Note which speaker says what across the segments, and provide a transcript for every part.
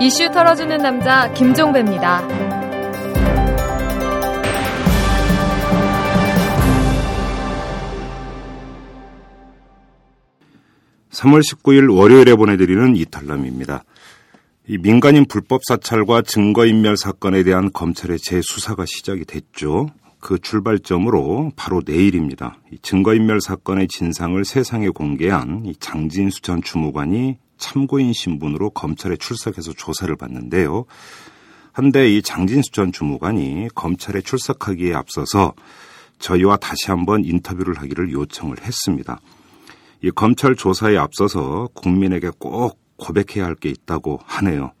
Speaker 1: 이슈 털어주는 남자 김종배입니다.
Speaker 2: 3월 19일 월요일에 보내드리는 이탈남입니다. 이 민간인 불법 사찰과 증거인멸 사건에 대한 검찰의 재수사가 시작이 됐죠. 그 출발점으로 바로 내일입니다. 이 증거인멸 사건의 진상을 세상에 공개한 이 장진수 전 주무관이 참고인 신분으로 검찰에 출석해서 조사를 받는데요. 한데 이 장진수 전 주무관이 검찰에 출석하기에 앞서서 저희와 다시 한번 인터뷰를 하기를 요청을 했습니다. 이 검찰 조사에 앞서서 국민에게 꼭 고백해야 할 게 있다고 하네요.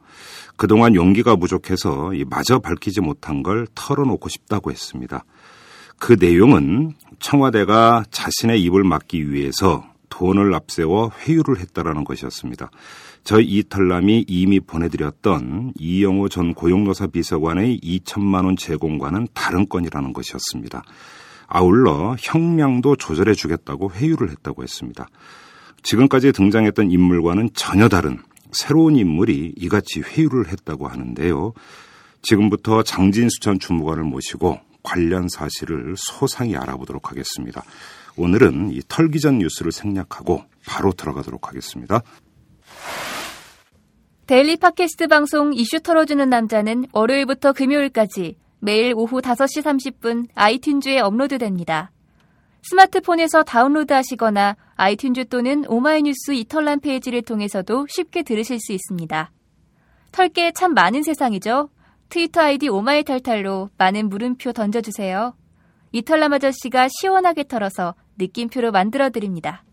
Speaker 2: 그동안 용기가 부족해서 이 마저 밝히지 못한 걸 털어놓고 싶다고 했습니다. 그 내용은 청와대가 자신의 입을 막기 위해서 돈을 앞세워 회유를 했다라는 것이었습니다. 저희 이탈남이 이미 보내드렸던 이영호 전 고용노사 비서관의 2천만 원 제공과는 다른 건이라는 것이었습니다. 아울러 혁명도 조절해 주겠다고 회유를 했다고 했습니다. 지금까지 등장했던 인물과는 전혀 다른 새로운 인물이 이같이 회유를 했다고 하는데요. 지금부터 장진수 전 주무관을 모시고 관련 사실을 소상히 알아보도록 하겠습니다. 오늘은 이 털기 전 뉴스를 생략하고 바로 들어가도록 하겠습니다.
Speaker 1: 데일리 팟캐스트 방송 이슈 털어주는 남자는 월요일부터 금요일까지 매일 오후 5시 30분 아이튠즈에 업로드됩니다. 스마트폰에서 다운로드하시거나 아이튠즈 또는 오마이뉴스 이털란 페이지를 통해서도 쉽게 들으실 수 있습니다. 털게 참 많은 세상이죠? 트위터 아이디 오마이탈탈로 많은 물음표 던져주세요. 이털남 아저씨가 시원하게 털어서 느낌표로 만들어드립니다.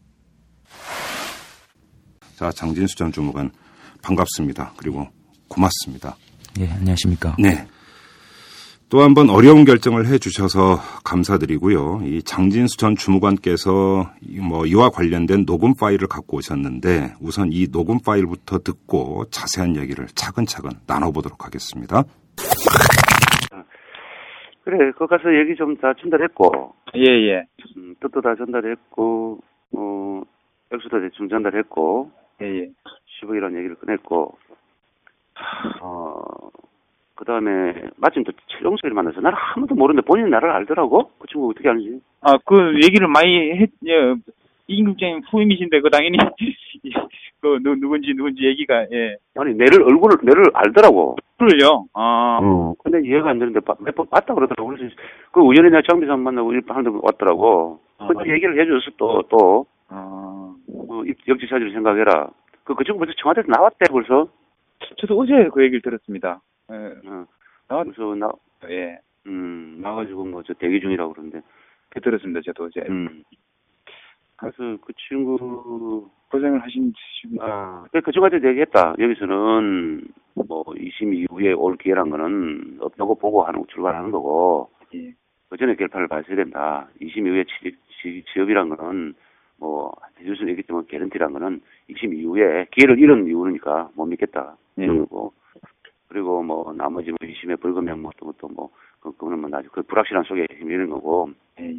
Speaker 2: 자, 장진수 전 주무관 반갑습니다. 그리고 고맙습니다.
Speaker 3: 예, 안녕하십니까.
Speaker 2: 네. 또 한 번 어려운 결정을 해 주셔서 감사드리고요. 이 장진수 전 주무관께서 이뭐 이와 관련된 녹음 파일을 갖고 오셨는데 우선 이 녹음 파일부터 듣고 자세한 얘기를 차근차근 나눠보도록 하겠습니다.
Speaker 4: 그래, 거기 가서 얘기 좀 다 전달했고,
Speaker 5: 예, 예.
Speaker 4: 음, 뜻도 다 전달했고, 어, 액수도 대충 전달했고,
Speaker 5: 예, 예.
Speaker 4: 15일한 얘기를 꺼냈고, 어, 그 다음에, 마침 또 최종석이를 만나서 나를 아무도 모르는데 본인이 나를 알더라고? 그 친구 어떻게 아는지.
Speaker 5: 아, 그 얘기를 많이 했, 예, 이인국장님 후임이신데, 그 당연히, 예, 그, 누, 누군지, 누군지 얘기가, 예.
Speaker 4: 아니, 내를 얼굴을, 내를 알더라고.
Speaker 5: 풀을요, 아,
Speaker 4: 어, 근데 이해가 안 되는데 몇 번 봤다 그러더라고. 그래서 그 우연히 내가 장비상 만나고 일하는데 왔더라고.
Speaker 5: 아,
Speaker 4: 근데
Speaker 5: 맞아요.
Speaker 4: 얘기를 해줘서 또, 또,
Speaker 5: 아.
Speaker 4: 어, 역지사지를 생각해라. 그, 그 친구 벌써 청와대에서 나왔대, 벌써.
Speaker 5: 저도 어제 그 얘기를 들었습니다. 예,
Speaker 4: 어,
Speaker 5: 나왔,
Speaker 4: 그래서 나,
Speaker 5: 예.
Speaker 4: 음, 나가지고 뭐 저 대기 중이라고 그러는데.
Speaker 5: 그 들었습니다, 저도 어제.
Speaker 4: 음. 그래서 그 친구,
Speaker 5: 고생을 하신, 분-
Speaker 4: 아, 그 친구한테 얘기했다. 여기서는 뭐 2심 이후에 올 기회란 거는 없다고 보고 하는 출발하는 거고,
Speaker 5: 예.
Speaker 4: 그 전에 결판을 봐야 된다. 2심 이후에 취, 취, 취업이란 거는 뭐, 해줄 수는 있겠지만, 개런티란 거는 2심 이후에 기회를 잃은 이유니까 못 믿겠다.
Speaker 5: 예.
Speaker 4: 이런 거고. 그리고 뭐, 나머지 뭐 2심의 벌금형 뭐, 또, 또 뭐, 그, 그거는 뭐, 나중 그 불확실한 속에 힘이는 거고,
Speaker 5: 예,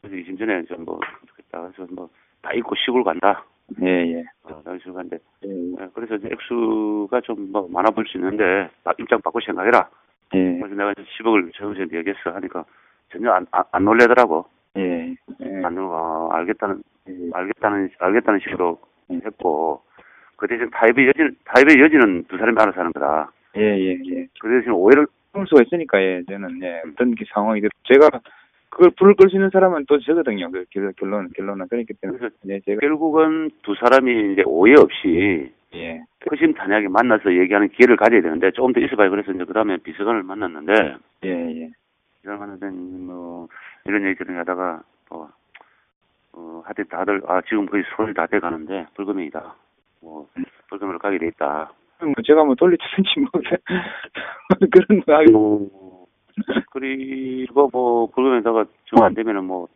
Speaker 4: 그래서 이심 전에 좀 뭐, 좋겠다. 그래서 뭐, 다 잊고 시골 간다.
Speaker 5: 예, 예.
Speaker 4: 어, 나 시골 간대.
Speaker 5: 예,
Speaker 4: 예, 그래서 이제 액수가 좀 뭐, 많아 보일 수 있는데, 나 입장 바꿀 생각해라.
Speaker 5: 예,
Speaker 4: 그래서 내가 이제 10억을 정해서 얘기했어. 하니까 전혀 안, 안, 안 놀래더라고.
Speaker 5: 예. 예.
Speaker 4: 안 놀고, 아, 알겠다는,
Speaker 5: 예.
Speaker 4: 알겠다는, 알겠다는 식으로 했고, 그 대신 타협의 여지는, 타협의 여지는 두 사람이 알아서 하는 거다.
Speaker 5: 예, 예, 예.
Speaker 4: 그 대신 오해를,
Speaker 5: 풀 수가 있으니까, 예, 저는, 예. 어떤 게 상황이, 든 제가, 그걸 불을 끌 수 있는 사람은 또 저거든요. 그 결- 결론은, 결론은. 그렇기 때문에.
Speaker 4: 그래서
Speaker 5: 예, 제가,
Speaker 4: 결국은 두 사람이 이제 오해 없이,
Speaker 5: 예.
Speaker 4: 허심탄회하게 만나서 얘기하는 기회를 가져야 되는데 조금 더 있어봐야 그래서 이제 그 다음에 비서관을 만났는데
Speaker 5: 예, 예.
Speaker 4: 비서관 만났는데 뭐 이런 얘기들을 하다가 뭐 어, 하여튼 다들 아 지금 거의 손이 다 돼가는데 불금이다 뭐 불금으로 가게 돼 있다
Speaker 5: 뭐 제가 뭐 돌리든지 뭐 그런 거 하고
Speaker 4: 그리고 뭐 불금에다가 정 안 되면은 뭐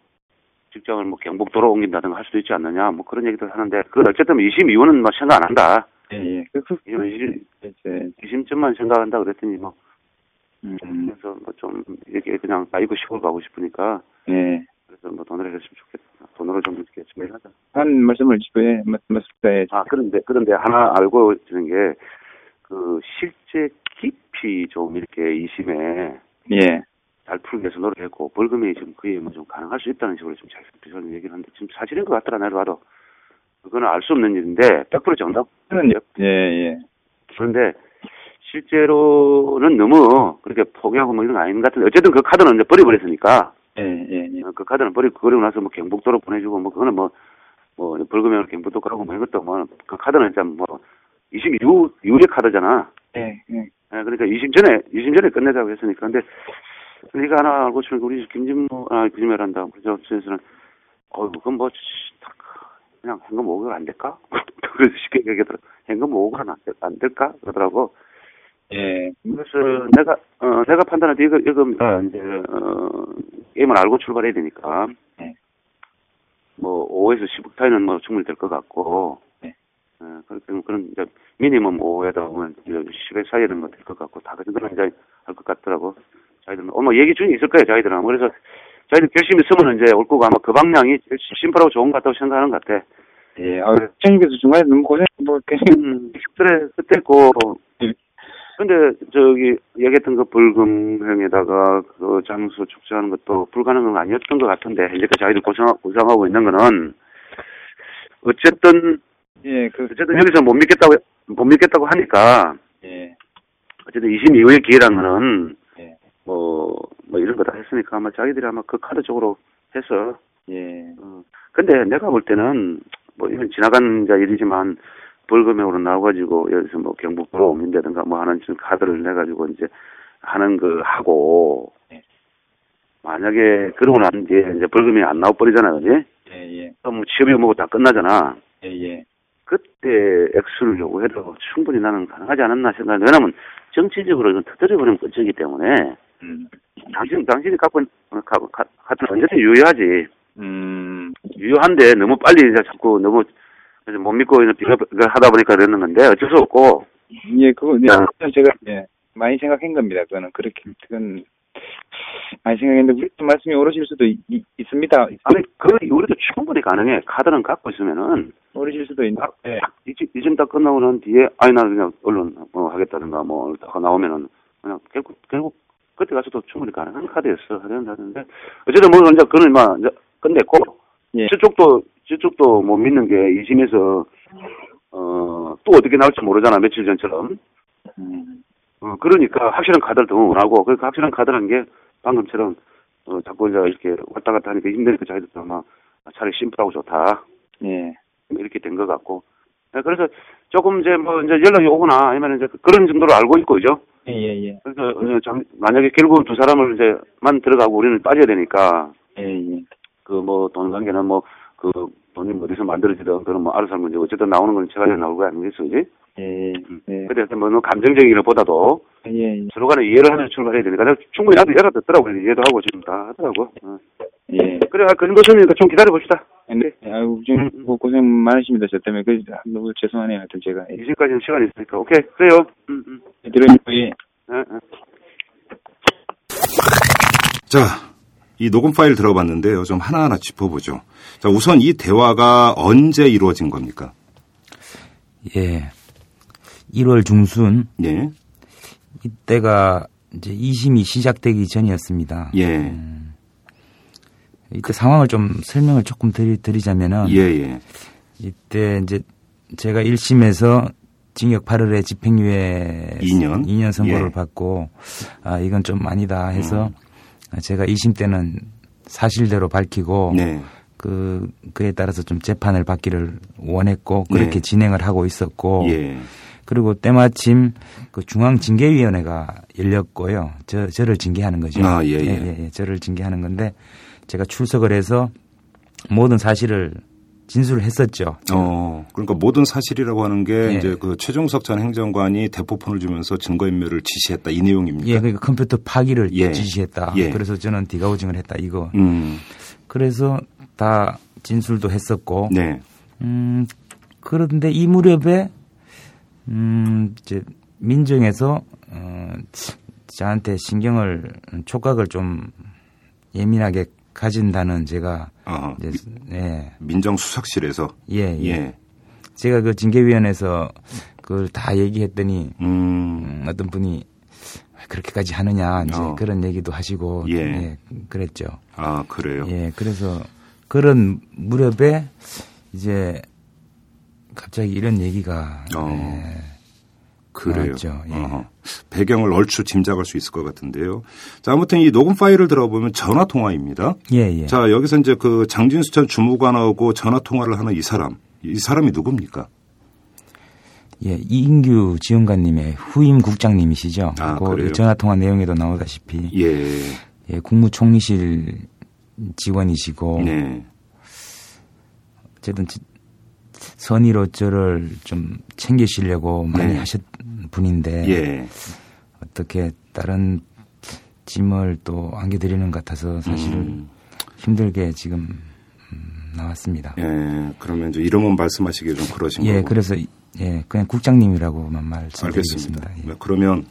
Speaker 4: 직장을 뭐 경북 도로 옮긴다든가 할 수도 있지 않느냐 뭐 그런 얘기들 하는데 그건 어쨌든 이심 이유는 막 생각 안 한다
Speaker 5: 예예 그그
Speaker 4: 이심
Speaker 5: 이제
Speaker 4: 이심쯤만 생각한다 그랬더니 뭐
Speaker 5: 음,
Speaker 4: 그래서 뭐좀 이렇게 그냥 아이고 시골 가고 싶으니까
Speaker 5: 예
Speaker 4: 그래서 뭐 돈으로 했으면 좋겠다. 돈으로 좀 이렇게 준비를 하자.
Speaker 5: 한 말씀을 싶어 예, 맞, 맞습니다. 예.
Speaker 4: 아, 그런데, 그런데 하나 알고 있는 게, 그, 실제 깊이 좀 이렇게 이심에
Speaker 5: 예.
Speaker 4: 잘 풀기 위해서 노력했고, 벌금이 지금 거의 뭐 좀 가능할 수 있다는 식으로 지금 잘, 저는 얘기를 하는데, 지금 사실인 것 같더라, 나를 봐도. 그거는 알 수 없는 일인데, 100% 정답.
Speaker 5: 저는 예, 예.
Speaker 4: 그런데, 실제로는 너무 그렇게 포기하고 뭐 이런 거 아닌 것 같은데, 어쨌든 그 카드는 이제 버려버렸으니까,
Speaker 5: 예, 예, 예.
Speaker 4: 어, 그 카드는 버리고, 그리고 나서 뭐 경북도로 보내주고, 뭐 그거는 뭐, 뭐, 벌금형으로 경북도 가고 뭐 이것도 뭐, 그 카드는 일단 뭐, 20 이후, 이후의 카드잖아.
Speaker 5: 예, 예.
Speaker 4: 예, 그러니까 20 전에, 20 전에 끝내자고 했으니까. 근데, 이거 하나 알고 싶은 게 우리 김진모, 아, 김진모란다. 우리 저 업체에서는, 어이, 그건 뭐, 씨, 딱, 그냥 현금 5억을 안 될까? 그래서 쉽게 얘기하더라고. 현금 5억은 안, 될- 안 될까? 그러더라고.
Speaker 5: 예.
Speaker 4: 그래서 내가, 어, 내가 판단할 때 이거, 이거, 어, 이제, 어, 게임을 알고 출발해야 되니까.
Speaker 5: 네.
Speaker 4: 뭐, 5에서 10억 타이는 뭐 충분히 될 것 같고.
Speaker 5: 네.
Speaker 4: 어, 그렇기 때문에 그런, 이제, 미니멈 5에다 보면 뭐 10에 사이 이런 거될 것 같고, 다 그 정도는 이제 할 것 같더라고. 자기들은, 뭐, 어머, 얘기 중에 있을 거예요, 자기들은. 그래서, 자기들 결심이 있으면 이제 올 거고, 아마 그 방향이 제일 심플하고 좋은 것 같다고 생각하는 것 같아.
Speaker 5: 예. 아, 시장님께서 중간에 너무 고생 뭐 이렇게
Speaker 4: 음, 그래, 그때 고
Speaker 5: 예.
Speaker 4: 근데 저기 얘기했던 그 불금형에다가 그 장수 축제하는 것도 불가능한 건 아니었던 것 같은데 이제까지 자기들 고상 고상하고 있는 거는 어쨌든
Speaker 5: 예, 그
Speaker 4: 어쨌든 여기서 못 믿겠다고 못 믿겠다고 하니까
Speaker 5: 예.
Speaker 4: 어쨌든 20 이후의 기회라는 거는
Speaker 5: 예.
Speaker 4: 뭐, 뭐 이런 거 다 했으니까 아마 자기들이 아마 그 카드 쪽으로 해서
Speaker 5: 예.
Speaker 4: 어, 근데 내가 볼 때는 뭐 이건 지나간 자 일이지만 벌금형으로 나와가지고 여기서 뭐 경북도로 옮긴다든가 뭐 하는 지금 카드를 내가지고 이제 하는 그 하고
Speaker 5: 네.
Speaker 4: 만약에 그러고 난 뒤에 이제 벌금이 안 나와버리잖아 그지?
Speaker 5: 예, 예.
Speaker 4: 그럼 취업이 뭐고 다 끝나잖아
Speaker 5: 예, 예.
Speaker 4: 그때 액수를 요구해도 충분히 나는 가능하지 않았나 생각해 왜냐면 정치적으로 이건 터뜨려버리면 끝이기 때문에
Speaker 5: 음.
Speaker 4: 당신, 당신이 갖고 있는 카- 카- 카드는 언제든 유효하지
Speaker 5: 음.
Speaker 4: 유효한데 너무 빨리 이제 자꾸 너무 이제 못 믿고 이제 비가 비가 하다 보니까 그러는 건데 어쩔 수 없고
Speaker 5: 예, 그거 네,
Speaker 4: 야.
Speaker 5: 그건 제가 예, 많이 생각한 겁니다. 그거는 그렇게 그건 많이 생각했는데 우리 또 말씀이 오르실 수도 있, 있- 있습니다.
Speaker 4: 아니 그 우리도 충분히 가능해 카드는 갖고 있으면은
Speaker 5: 오르실 수도 있는데 예.
Speaker 4: 아, 이쯤 이쯤 딱 끝나고 난 뒤에 아니 나 그냥 언론 뭐 하겠다든가 뭐 하고 나오면은 그냥 결국 결국 그때 가서도 충분히 가능한 카드였어 하는데 어쨌든 뭐 이제 그는 막 이제 끝냈고
Speaker 5: 예.
Speaker 4: 저쪽도 저쪽도 못 믿는 게 이심에서 어 또 어떻게 나올지 모르잖아 며칠 전처럼
Speaker 5: 음.
Speaker 4: 어, 그러니까 확실한 카드를 더 원하고, 그러니까 확실한 카드라는 게 방금처럼, 어, 자꾸 이제 이렇게 왔다 갔다 하니까 힘드니까 자기들도 아마 차라리 심플하고 좋다.
Speaker 5: 예.
Speaker 4: 이렇게 된 것 같고. 네, 그래서 조금 이제 뭐 이제 연락이 오거나 아니면 이제 그런 정도로 알고 있고, 그죠?
Speaker 5: 예, 예, 예.
Speaker 4: 그래서 어, 장- 만약에 결국은 두 사람을 이제 만 들어가고 우리는 빠져야 되니까,
Speaker 5: 예, 예.
Speaker 4: 그 뭐 돈 관계는 뭐, 그 돈이 뭐 어디서 만들어지든 그런 뭐 알아서 할 문제, 어쨌든 나오는 건 제가 나올 거 아니겠어, 그지?
Speaker 5: 예, 예.
Speaker 4: 근데 뭐 너무 감정적인 것보다도
Speaker 5: 예, 예.
Speaker 4: 서로 간에 이해를 하면서 출발해야 되니까 내가 충분히 나도 알아듣더라고 이해도 하고 지금 다 하더라고 어.
Speaker 5: 예.
Speaker 4: 그래 아, 그 정도 셨으니까 좀 기다려봅시다
Speaker 5: 근데 아유, 좀 고- 고생 많으십니다. 저 때문에 그 아, 너무 죄송하네요. 하여튼 제가 예.
Speaker 4: 이제까지는 시간이 있으니까 오케이 그래요 음, 음.
Speaker 5: 들으니까 예.
Speaker 4: 어, 어.
Speaker 2: 자, 이 녹음 파일 들어봤는데요. 좀 하나하나 짚어보죠. 자, 우선 이 대화가 언제 이루어진 겁니까?
Speaker 3: 예. 1월 중순
Speaker 2: 예.
Speaker 3: 이때가 이제 2심이 시작되기 전이었습니다.
Speaker 2: 예.
Speaker 3: 이때 상황을 좀 설명을 조금 드리, 드리자면은
Speaker 2: 예, 예.
Speaker 3: 이때 이제 제가 1심에서 징역 8월에 집행유예
Speaker 2: 이 년?
Speaker 3: 선고를
Speaker 2: 예. 음.
Speaker 3: 받고 아 이건 좀 아니다 해서 제가 2심 때는 사실대로 밝히고
Speaker 2: 네.
Speaker 3: 그 그에 따라서 좀 재판을 받기를 원했고 그렇게
Speaker 2: 예.
Speaker 3: 진행을 하고 있었고
Speaker 2: 예.
Speaker 3: 그리고 때마침 그 중앙징계위원회가 열렸고요. 저, 저를 징계하는 거죠.
Speaker 2: 아, 예, 예.
Speaker 3: 저를 징계하는 건데 제가 출석을 해서 모든 사실을 진술을 했었죠.
Speaker 2: 어, 그러니까 모든 사실이라고 하는 게
Speaker 3: 예.
Speaker 2: 이제 그 최종석 전 행정관이 대포폰을 주면서 증거인멸을 지시했다 이 내용입니까?
Speaker 3: 예, 그러니까 컴퓨터 파기를
Speaker 2: 예.
Speaker 3: 지시했다.
Speaker 2: 예.
Speaker 3: 그래서 저는 디가우징을 했다. 이거.
Speaker 2: 음,
Speaker 3: 그래서 다 진술도 했었고.
Speaker 2: 네.
Speaker 3: 음, 그런데 이 무렵에 음, 이제 민정에서 어, 저한테 신경을 촉각을 좀 예민하게 가진다는 제가
Speaker 2: 아,
Speaker 3: 이제 예.
Speaker 2: 민정수석실에서
Speaker 3: 예, 예.
Speaker 2: 예.
Speaker 3: 제가 그 징계위원회에서 그걸 다 얘기했더니
Speaker 2: 음,
Speaker 3: 음, 어떤 분이 그렇게까지 하느냐 이제
Speaker 2: 어.
Speaker 3: 그런 얘기도 하시고
Speaker 2: 예.
Speaker 3: 그랬죠.
Speaker 2: 아 그래요.
Speaker 3: 예, 그래서 그런 무렵에 이제 갑자기 이런 얘기가
Speaker 2: 어.
Speaker 3: 예,
Speaker 2: 그래요.
Speaker 3: 나왔죠. 예.
Speaker 2: 어허. 배경을 얼추 짐작할 수 있을 것 같은데요. 자, 아무튼 이 녹음 파일을 들어보면 전화 통화입니다.
Speaker 3: 예, 예.
Speaker 2: 자, 여기서 이제 그 장진수 전 주무관하고 전화 통화를 하는 이 사람, 이 사람이 누굽니까?
Speaker 3: 예, 이인규 지원관님의 후임 국장님이시죠.
Speaker 2: 아,
Speaker 3: 그
Speaker 2: 그래요?
Speaker 3: 전화 통화 내용에도 나오다시피
Speaker 2: 예,
Speaker 3: 예, 국무총리실 직원이시고
Speaker 2: 네,
Speaker 3: 어쨌든 지- 선의로 저를 좀 챙기시려고 많이
Speaker 2: 네.
Speaker 3: 하셨 분인데
Speaker 2: 예,
Speaker 3: 어떻게 다른 짐을 또 안겨드리는 것 같아서 사실은
Speaker 2: 음.
Speaker 3: 힘들게 지금 음, 나왔습니다. 예,
Speaker 2: 예. 뭐 그러면 이제 이름은 말씀하시기 좀 그러신 거고.
Speaker 3: 그래서 이- 예, 그냥 국장님이라고만 말씀드리겠습니다.
Speaker 2: 알겠습니다.
Speaker 3: 예.
Speaker 2: 네, 그러면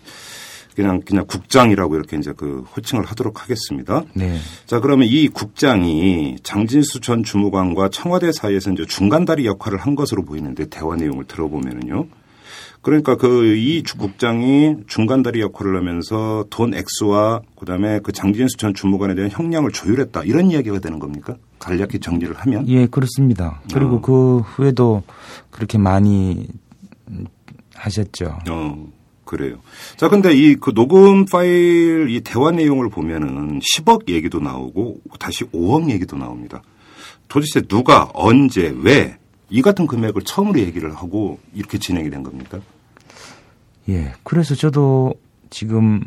Speaker 2: 그냥 그냥 국장이라고 이렇게 이제 그 호칭을 하도록 하겠습니다.
Speaker 3: 네,
Speaker 2: 자, 그러면 이 국장이 장진수 전 주무관과 청와대 사이에서 이제 중간다리 역할을 한 것으로 보이는데 대화 내용을 들어보면은요. 그러니까 그 이 국장이 중간다리 역할을 하면서 돈 액수와 그다음에 그 장진수 전 주무관에 대한 형량을 조율했다 이런 이야기가 되는 겁니까? 간략히 정리를 하면
Speaker 3: 예, 그렇습니다. 그리고
Speaker 2: 어.
Speaker 3: 그 후에도 그렇게 많이 음, 하셨죠.
Speaker 2: 어 그래요. 자, 근데 이 그 녹음 파일 이 대화 내용을 보면은 10억 얘기도 나오고 다시 5억 얘기도 나옵니다. 도대체 누가 언제 왜 이 같은 금액을 처음으로 얘기를 하고 이렇게 진행이 된 겁니까?
Speaker 3: 예, 그래서 저도 지금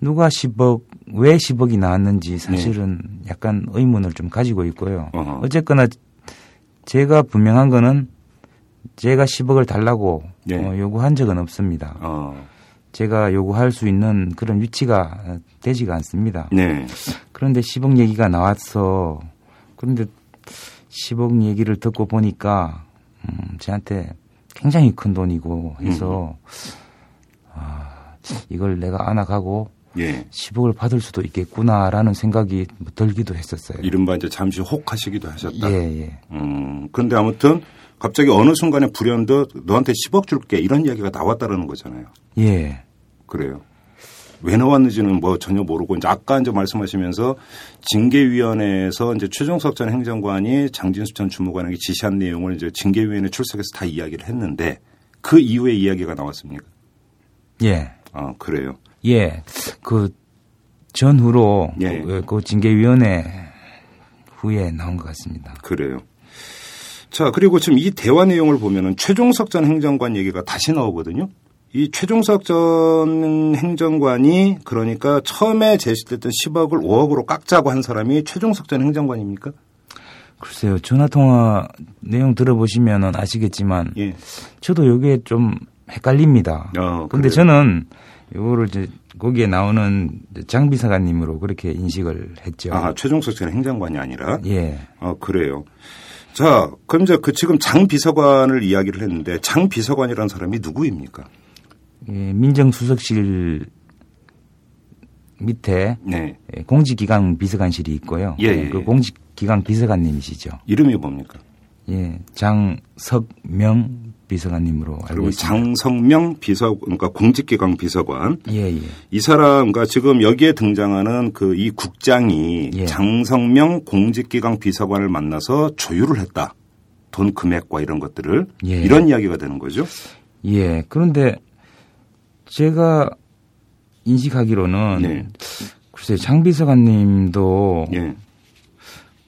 Speaker 3: 누가 10억, 왜 10억이 나왔는지 사실은 약간 의문을 좀 가지고 있고요.
Speaker 2: 네. 어허.
Speaker 3: 어쨌거나 제가 분명한 거는 제가 10억을 달라고
Speaker 2: 예.
Speaker 3: 어, 요구한 적은 없습니다.
Speaker 2: 어,
Speaker 3: 제가 요구할 수 있는 그런 위치가 어, 되지가 않습니다.
Speaker 2: 네,
Speaker 3: 그런데 10억 얘기가 나왔어. 그런데 10억 얘기를 듣고 보니까 음, 저한테 굉장히 큰 돈이고 해서 아, 이걸 내가 안아가고
Speaker 2: 예.
Speaker 3: 10억을 받을 수도 있겠구나라는 생각이 들기도 했었어요.
Speaker 2: 이른바 이제 잠시 혹하시기도 하셨다.
Speaker 3: 예, 예.
Speaker 2: 음, 그런데 아무튼 갑자기 어느 순간에 불현듯 너한테 10억 줄게 이런 이야기가 나왔다라는 거잖아요.
Speaker 3: 예.
Speaker 2: 그래요. 왜 나왔는지는 뭐 전혀 모르고 이제 아까 이제 말씀하시면서 징계위원회에서 이제 최종석 전 행정관이 장진수 전 주무관에게 지시한 내용을 이제 징계위원회 출석해서 다 이야기를 했는데 그 이후에 이야기가 나왔습니까?
Speaker 3: 예.
Speaker 2: 아 그래요.
Speaker 3: 예. 그 전후로
Speaker 2: 예.
Speaker 3: 그, 그 징계위원회 후에 나온 것 같습니다.
Speaker 2: 그래요. 자, 그리고 지금 이 대화 내용을 보면은 최종석 전 행정관 얘기가 다시 나오거든요. 이 최종석 전 행정관이 그러니까 처음에 제시됐던 10억을 5억으로 깎자고 한 사람이 최종석 전 행정관입니까?
Speaker 3: 글쎄요. 전화 통화 내용 들어보시면 아시겠지만
Speaker 2: 예.
Speaker 3: 저도 여기에 좀 헷갈립니다.
Speaker 2: 어,
Speaker 3: 근데
Speaker 2: 그래요?
Speaker 3: 저는 이거를 이제 거기에 나오는 장비사관님으로 그렇게 인식을 했죠.
Speaker 2: 아, 최종석 전 행정관이 아니라.
Speaker 3: 예.
Speaker 2: 아, 그래요. 자, 그럼 이제 그 지금 장 비서관을 이야기를 했는데 장 비서관이라는 사람이 누구입니까?
Speaker 3: 예, 민정수석실 밑에
Speaker 2: 네.
Speaker 3: 예, 공직기강 비서관실이 있고요.
Speaker 2: 예, 예, 예.
Speaker 3: 그 공직기강 비서관님이시죠.
Speaker 2: 이름이 뭡니까?
Speaker 3: 예, 장석명 비서관님으로 알고
Speaker 2: 그리고
Speaker 3: 있습니다.
Speaker 2: 장성명 비서 그러니까 공직기강 비서관.
Speaker 3: 예, 예.
Speaker 2: 이 사람, 그러니까 지금 여기에 등장하는 그 이 국장이
Speaker 3: 예.
Speaker 2: 장성명 공직기강 비서관을 만나서 조율을 했다. 돈 금액과 이런 것들을
Speaker 3: 예.
Speaker 2: 이런 이야기가 되는 거죠.
Speaker 3: 예. 그런데 제가 인식하기로는
Speaker 2: 네.
Speaker 3: 글쎄 장 비서관님도
Speaker 2: 예,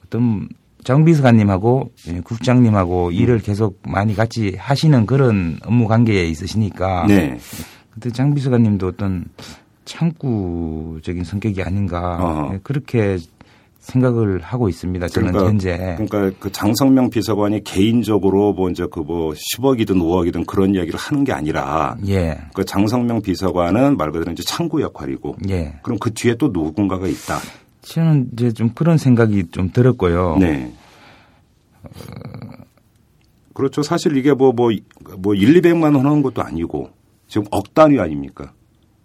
Speaker 3: 어떤 장 비서관님하고 예, 국장님하고
Speaker 2: 음.
Speaker 3: 일을 계속 많이 같이 하시는 그런 업무 관계에 있으시니까
Speaker 2: 네,
Speaker 3: 그때 장 비서관님도 어떤 창구적인 성격이 아닌가
Speaker 2: 어허.
Speaker 3: 예, 그렇게 생각을 하고 있습니다. 저는
Speaker 2: 그러니까-
Speaker 3: 현재
Speaker 2: 그러니까 그 장성명 비서관이 개인적으로 뭐 이제 그 뭐 10억이든 5억이든 그런 이야기를 하는 게 아니라
Speaker 3: 예,
Speaker 2: 그 장성명 비서관은 말 그대로 이제 창구 역할이고
Speaker 3: 예.
Speaker 2: 그럼 그 뒤에 또 누군가가 있다.
Speaker 3: 저는 이제 좀 그런 생각이 좀 들었고요.
Speaker 2: 네. 그렇죠. 사실 이게 뭐, 뭐, 뭐 1, 200만 원 하는 것도 아니고 지금 억 단위 아닙니까?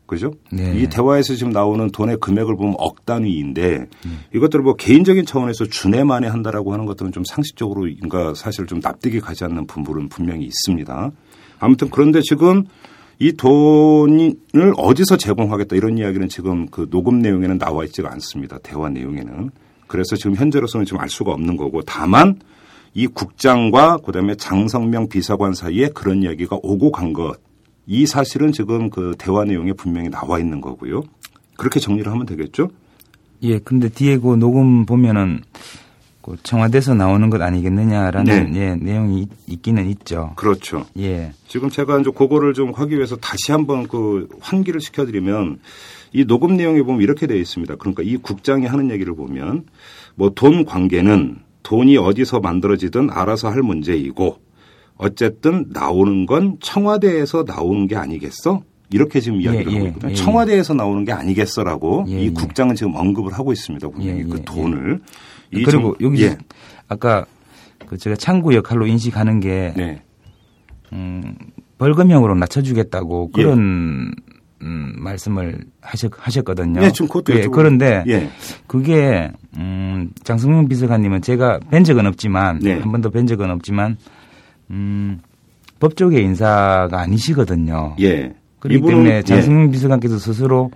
Speaker 2: 그죠?
Speaker 3: 네.
Speaker 2: 이 대화에서 지금 나오는 돈의 금액을 보면 억 단위인데 이것들을 뭐 개인적인 차원에서 준해만에 한다라고 하는 것들은 좀 상식적으로 그러니까 사실 좀 납득이 가지 않는 분부는 분명히 있습니다. 아무튼 그런데 지금 이 돈을 어디서 제공하겠다 이런 이야기는 지금 그 녹음 내용에는 나와 있지가 않습니다. 대화 내용에는. 그래서 지금 현재로서는 지금 알 수가 없는 거고 다만 이 국장과 그다음에 장성명 비서관 사이에 그런 이야기가 오고 간 것. 이 사실은 지금 그 대화 내용에 분명히 나와 있는 거고요. 그렇게 정리를 하면 되겠죠?
Speaker 3: 예, 근데 뒤에 그 녹음 보면은 그 청와대에서 나오는 것 아니겠느냐라는
Speaker 2: 네.
Speaker 3: 예, 내용이 있- 있기는 있죠.
Speaker 2: 그렇죠.
Speaker 3: 예.
Speaker 2: 지금 제가 이제 그거를 좀 하기 위해서 다시 한번 그 환기를 시켜드리면 이 녹음 내용에 보면 이렇게 되어 있습니다. 그러니까 이 국장이 하는 얘기를 보면 뭐 돈 관계는 돈이 어디서 만들어지든 알아서 할 문제이고 어쨌든 나오는 건 청와대에서 나오는 게 아니겠어? 이렇게 지금 이야기를
Speaker 3: 예,
Speaker 2: 하고
Speaker 3: 예,
Speaker 2: 있거든요.
Speaker 3: 예, 예.
Speaker 2: 청와대에서 나오는 게 아니겠어라고
Speaker 3: 예,
Speaker 2: 이
Speaker 3: 예.
Speaker 2: 국장은 지금 언급을 하고 있습니다. 분명히
Speaker 3: 예,
Speaker 2: 그
Speaker 3: 예,
Speaker 2: 돈을. 이
Speaker 3: 그리고
Speaker 2: 정-
Speaker 3: 여기서
Speaker 2: 예.
Speaker 3: 아까 그 제가 창구 역할로 인식하는 게
Speaker 2: 네.
Speaker 3: 음, 벌금형으로 낮춰주겠다고
Speaker 2: 예.
Speaker 3: 그런 음, 말씀을 하셨, 하셨거든요.
Speaker 2: 예, 지금 그것도
Speaker 3: 예,
Speaker 2: 여쭤보고-
Speaker 3: 그런데
Speaker 2: 예.
Speaker 3: 그게 음, 장성용 비서관님은 제가 뵌 적은 없지만
Speaker 2: 네.
Speaker 3: 한 번도 뵌 적은 없지만 음, 법조계 인사가 아니시거든요.
Speaker 2: 예.
Speaker 3: 그렇기
Speaker 2: 이분은-
Speaker 3: 때문에
Speaker 2: 예.
Speaker 3: 장성용 비서관께서 스스로